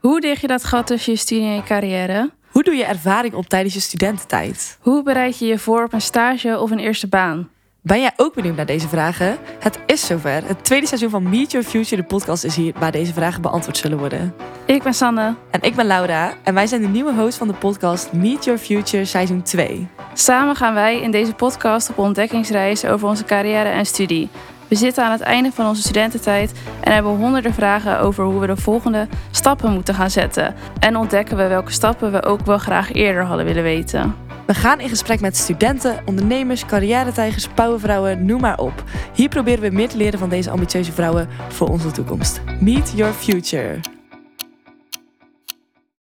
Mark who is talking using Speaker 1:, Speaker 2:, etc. Speaker 1: Hoe dicht je dat gat tussen je studie en je carrière?
Speaker 2: Hoe doe je ervaring op tijdens je studententijd?
Speaker 1: Hoe bereid je je voor op een stage of een eerste baan?
Speaker 2: Ben jij ook benieuwd naar deze vragen? Het is zover. Het tweede seizoen van Meet Your Future, de podcast, is hier waar deze vragen beantwoord zullen worden.
Speaker 1: Ik ben Sanne.
Speaker 2: En ik ben Laura en wij zijn de nieuwe host van de podcast Meet Your Future seizoen 2.
Speaker 1: Samen gaan wij in deze podcast op ontdekkingsreis over onze carrière en studie. We zitten aan het einde van onze studententijd en hebben honderden vragen over hoe we de volgende stappen moeten gaan zetten. En ontdekken we welke stappen we ook wel graag eerder hadden willen weten.
Speaker 2: We gaan in gesprek met studenten, ondernemers, carrière-tijgers, pauwenvrouwen, noem maar op. Hier proberen we meer te leren van deze ambitieuze vrouwen voor onze toekomst. Meet Your Future.